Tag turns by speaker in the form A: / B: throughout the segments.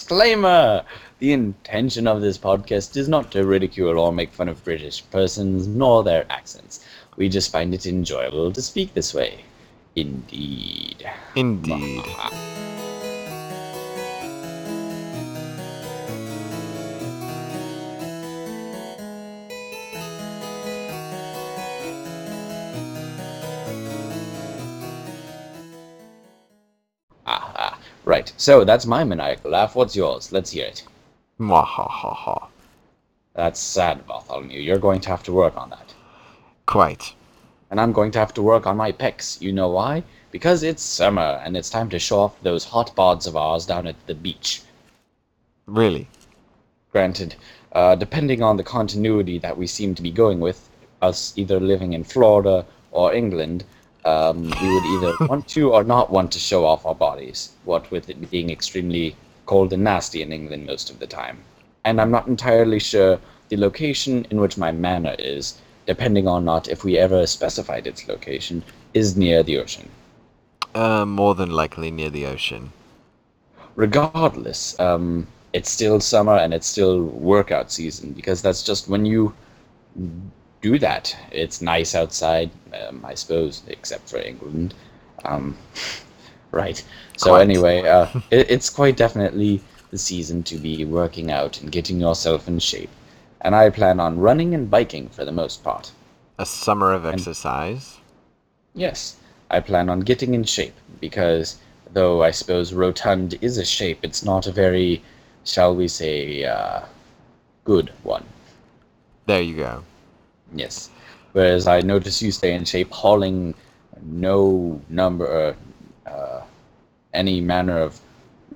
A: Disclaimer! The intention of this podcast is not to ridicule or make fun of British persons nor their accents. We just find it enjoyable to speak this way. Indeed.
B: Indeed.
A: Ah, ah. Right, so that's my maniacal laugh. What's yours? Let's hear it.
B: Mwahahaha.
A: That's sad, Bartholomew. You're going to have to work on that.
B: Quite.
A: And I'm going to have to work on my pecs. You know why? Because it's summer, and it's time to show off those hot bods of ours down at the beach.
B: Really.
A: Granted, uh, depending on the continuity that we seem to be going with, us either living in Florida or England, um, we would either want to or not want to show off our bodies, what with it being extremely cold and nasty in England most of the time. And I'm not entirely sure the location in which my manor is, depending on not if we ever specified its location, is near the ocean.
B: Uh, more than likely near the ocean.
A: regardless, um, it's still summer and it's still workout season because that's just when you do that. It's nice outside, um, I suppose, except for England. Um, right. So
B: Quite.
A: anyway, uh, it, it's quite definitely the season to be working out and getting yourself in shape. And I plan on running and biking for the most part.
B: A summer of exercise.
A: Yes, I plan on getting in shape because, though I suppose rotund is a shape, it's not a very, shall we say, uh, good one.
B: There you go.
A: Yes. Whereas I notice you stay in shape, hauling no number, uh, any manner of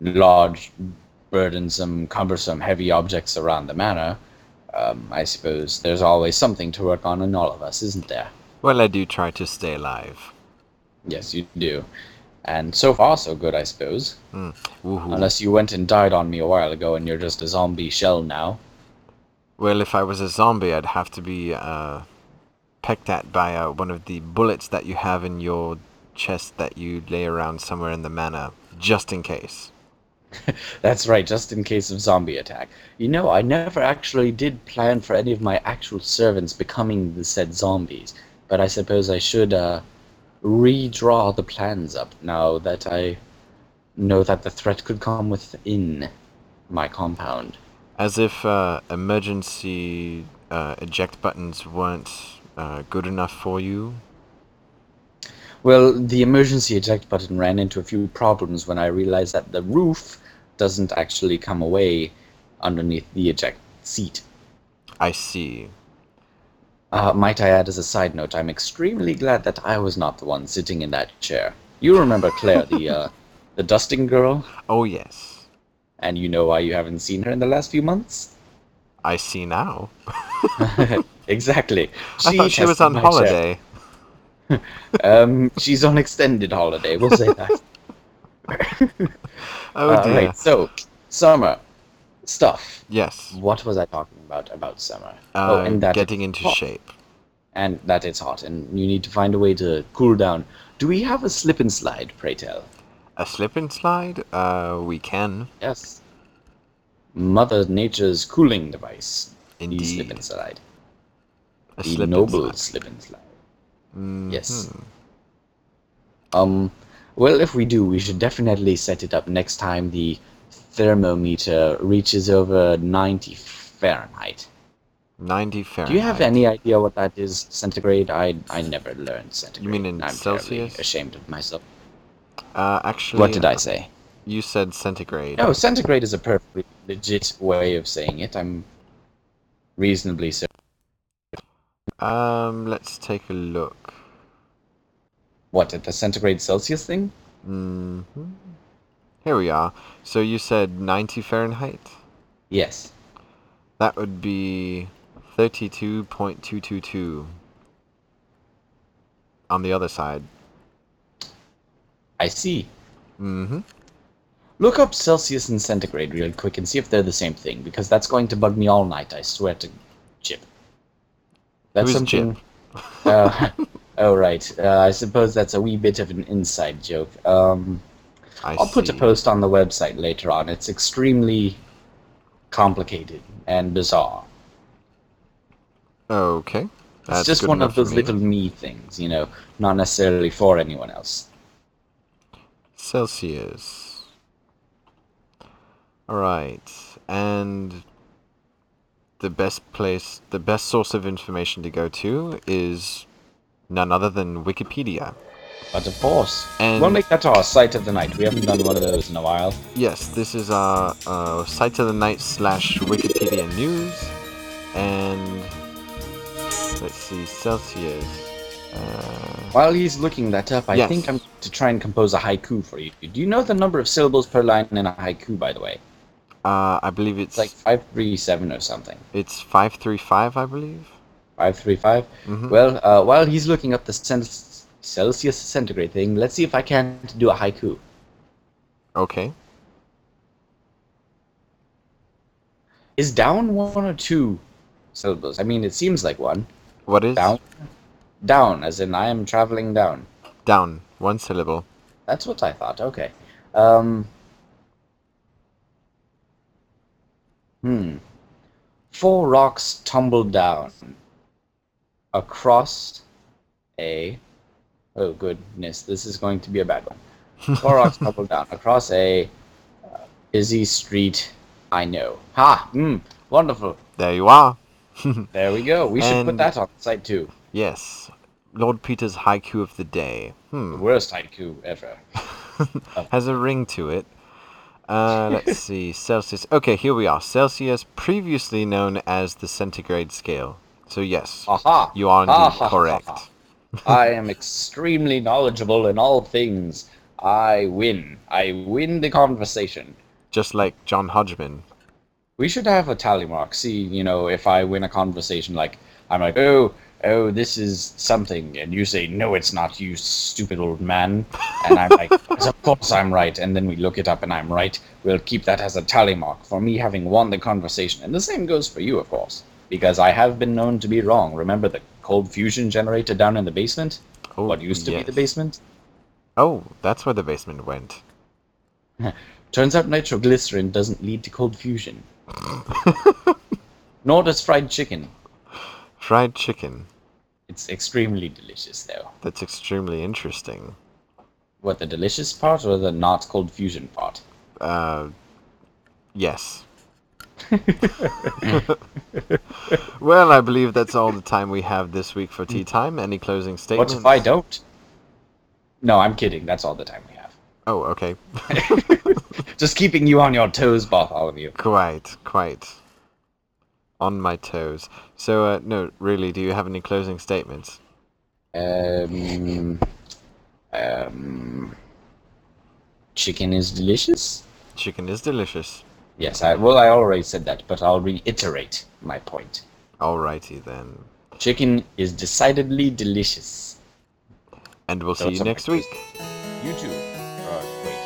A: large, burdensome, cumbersome, heavy objects around the manor. Um, I suppose there's always something to work on in all of us, isn't there?
B: Well, I do try to stay alive.
A: Yes, you do. And so far, so good, I suppose.
B: Woohoo.
A: Mm. Unless you went and died on me a while ago and you're just a zombie shell now.
B: Well, if I was a zombie, I'd have to be uh, pecked at by uh, one of the bullets that you have in your chest that you lay around somewhere in the manor, just in case.
A: That's right, just in case of zombie attack. You know, I never actually did plan for any of my actual servants becoming the said zombies, but I suppose I should uh, redraw the plans up now that I know that the threat could come within my compound.
B: As if uh, emergency uh, eject buttons weren't uh, good enough for you.
A: Well, the emergency eject button ran into a few problems when I realized that the roof doesn't actually come away underneath the eject seat.
B: I see.
A: Uh, might I add as a side note, I'm extremely glad that I was not the one sitting in that chair. You remember Claire, the uh, the dusting girl,
B: Oh, yes.
A: and you know why you haven't seen her in the last few months?
B: I see now.
A: exactly.
B: I thought she was
A: tested
B: on
A: my chair.
B: holiday.
A: Um, she's on extended holiday. We'll say that.
B: Oh
A: All
B: dear.
A: Uh, right. So, summer stuff.
B: Yes.
A: What was I talking about about summer?
B: Uh,
A: Oh, and that
B: getting into
A: hot.
B: shape.
A: and that it's hot, and you need to find a way to cool down. Do we have a slip and slide? Pray tell.
B: A slip and slide? Uh, we can.
A: Yes. Mother Nature's cooling device. The slip
B: Indeed.
A: and slide.
B: A
A: The
B: slip and Mm,
A: noble
B: slide.
A: slip and slide.
B: Mm-hmm.
A: Yes. Um, well, if we do, we should definitely set it up next time the thermometer reaches over 90 Fahrenheit.
B: 90 Fahrenheit.
A: Do you have any idea what that is, centigrade? I, I never learned centigrade.
B: mean in
A: I'm terribly
B: Celsius?
A: ashamed of myself.
B: Uh, actually,
A: What did I say?
B: You said centigrade.
A: No, centigrade is a perfectly legit way of saying it. I'm reasonably certain.
B: Um, let's take a look.
A: What, at the centigrade Celsius thing?
B: hmm Here we are. So you said 90 Fahrenheit?
A: Yes.
B: That would be 32.222 on the other side.
A: I see.
B: Mm-hmm.
A: Look up Celsius and centigrade real quick and see if they're the same thing, because that's going to bug me all night, I swear to Jip. That's
B: Who's
A: something. uh, oh, right. Uh, I suppose that's a wee bit of an inside joke. Um,
B: I
A: I'll put a
B: see.
A: post on the website later on. It's extremely complicated and bizarre.
B: Okay. That's
A: it's just
B: good
A: one
B: enough
A: of
B: for
A: those
B: me.
A: little me things, you know, not necessarily for anyone else.
B: Celsius. All right. And the best place, the best source of information to go to is none other than Wikipedia.
A: But of course,
B: And-
A: we'll make that our site of the night. We haven't done one of those in a while.
B: Yes, this is our uh, site of the night slash Wikipedia news, and let's see Celsius. Uh,
A: While he's looking that up, I
B: Yes.
A: think I'm going to try and compose a haiku for you. Do you know the number of syllables per line in a haiku, by the way?
B: uh, I believe it's
A: It's like 537 or something.
B: it's five three five, I believe.
A: 535?
B: Mhm.
A: Well, uh, while he's looking up the cen- Celsius centigrade thing, let's see if I can do a haiku.
B: Okay.
A: Is down one or two syllables? I mean, it seems like one.
B: What is
A: Down? Down, as in I am traveling down.
B: Down. One syllable.
A: That's what I thought. Okay. Um, hmm. Four rocks tumbled down across a. Oh goodness, this is going to be a bad one. Four rocks tumbled down across a uh, busy street. I know. Ha! Hmm. Wonderful.
B: There you are.
A: There we go. We should put
B: And-
A: that on the site too.
B: Yes. Lord Peter's haiku of the day. Hmm.
A: The worst haiku ever.
B: has a ring to it. Uh, let's see, Celsius. Okay, here we are. Celsius, previously known as the centigrade scale. So yes,
A: Aha!
B: you are
A: Ah,
B: indeed
A: ha, ha, ha,
B: correct.
A: ha. I am extremely knowledgeable in all things. I win. I win the conversation.
B: Just like John Hodgman.
A: We should have a tally mark. See, you know, if I win a conversation, like I'm like, oh, oh, this is something, and you say, no, it's not, you stupid old man, and I'm like, "Yes, of course I'm right, and then we look it up, and I'm right. We'll keep that as a tally mark for me having won the conversation, and the same goes for you, of course, because I have been known to be wrong. Remember the cold fusion generator down in the basement?
B: Oh,
A: what used to
B: yes.
A: be the basement?
B: Oh, that's where the basement went.
A: Turns out nitroglycerin doesn't lead to cold fusion. Nor does fried chicken.
B: Fried chicken.
A: It's extremely delicious, though.
B: That's extremely interesting.
A: What, the delicious part or the not cold fusion part?
B: Uh, yes. well, I believe that's all the time we have this week for tea time. Any closing
A: What
B: statements?
A: if I don't? No, I'm kidding. That's all the time we have.
B: Oh, okay.
A: Just keeping you on your toes, Bartholomew.
B: Quite, quite. On my toes. So, uh, no, really, do you have any closing statements?
A: Um, um, chicken is delicious?
B: Chicken is delicious.
A: Yes, I, well, I already said that, but I'll reiterate my point.
B: Alrighty then.
A: Chicken is decidedly delicious.
B: And we'll see
A: That's
B: you
A: a
B: next
A: breakfast.
B: week.
A: You too. Uh, wait.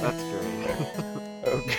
B: That's great.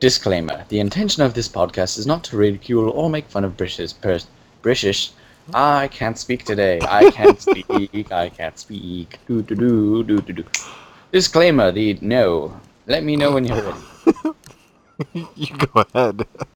A: Disclaimer: The intention of this podcast is not to ridicule or make fun of British pers- British. I can't speak today. I can't speak. I can't speak. Do do do do do do. Disclaimer: The no. Let me know when you're ready.
B: you go ahead.